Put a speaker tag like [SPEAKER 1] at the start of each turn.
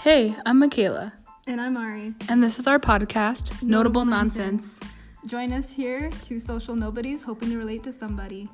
[SPEAKER 1] Hey, I'm Michaela,
[SPEAKER 2] And I'm Ari.
[SPEAKER 1] and this is our podcast, Notable Nonsense.
[SPEAKER 2] Join us here, two social nobodies hoping to relate to somebody.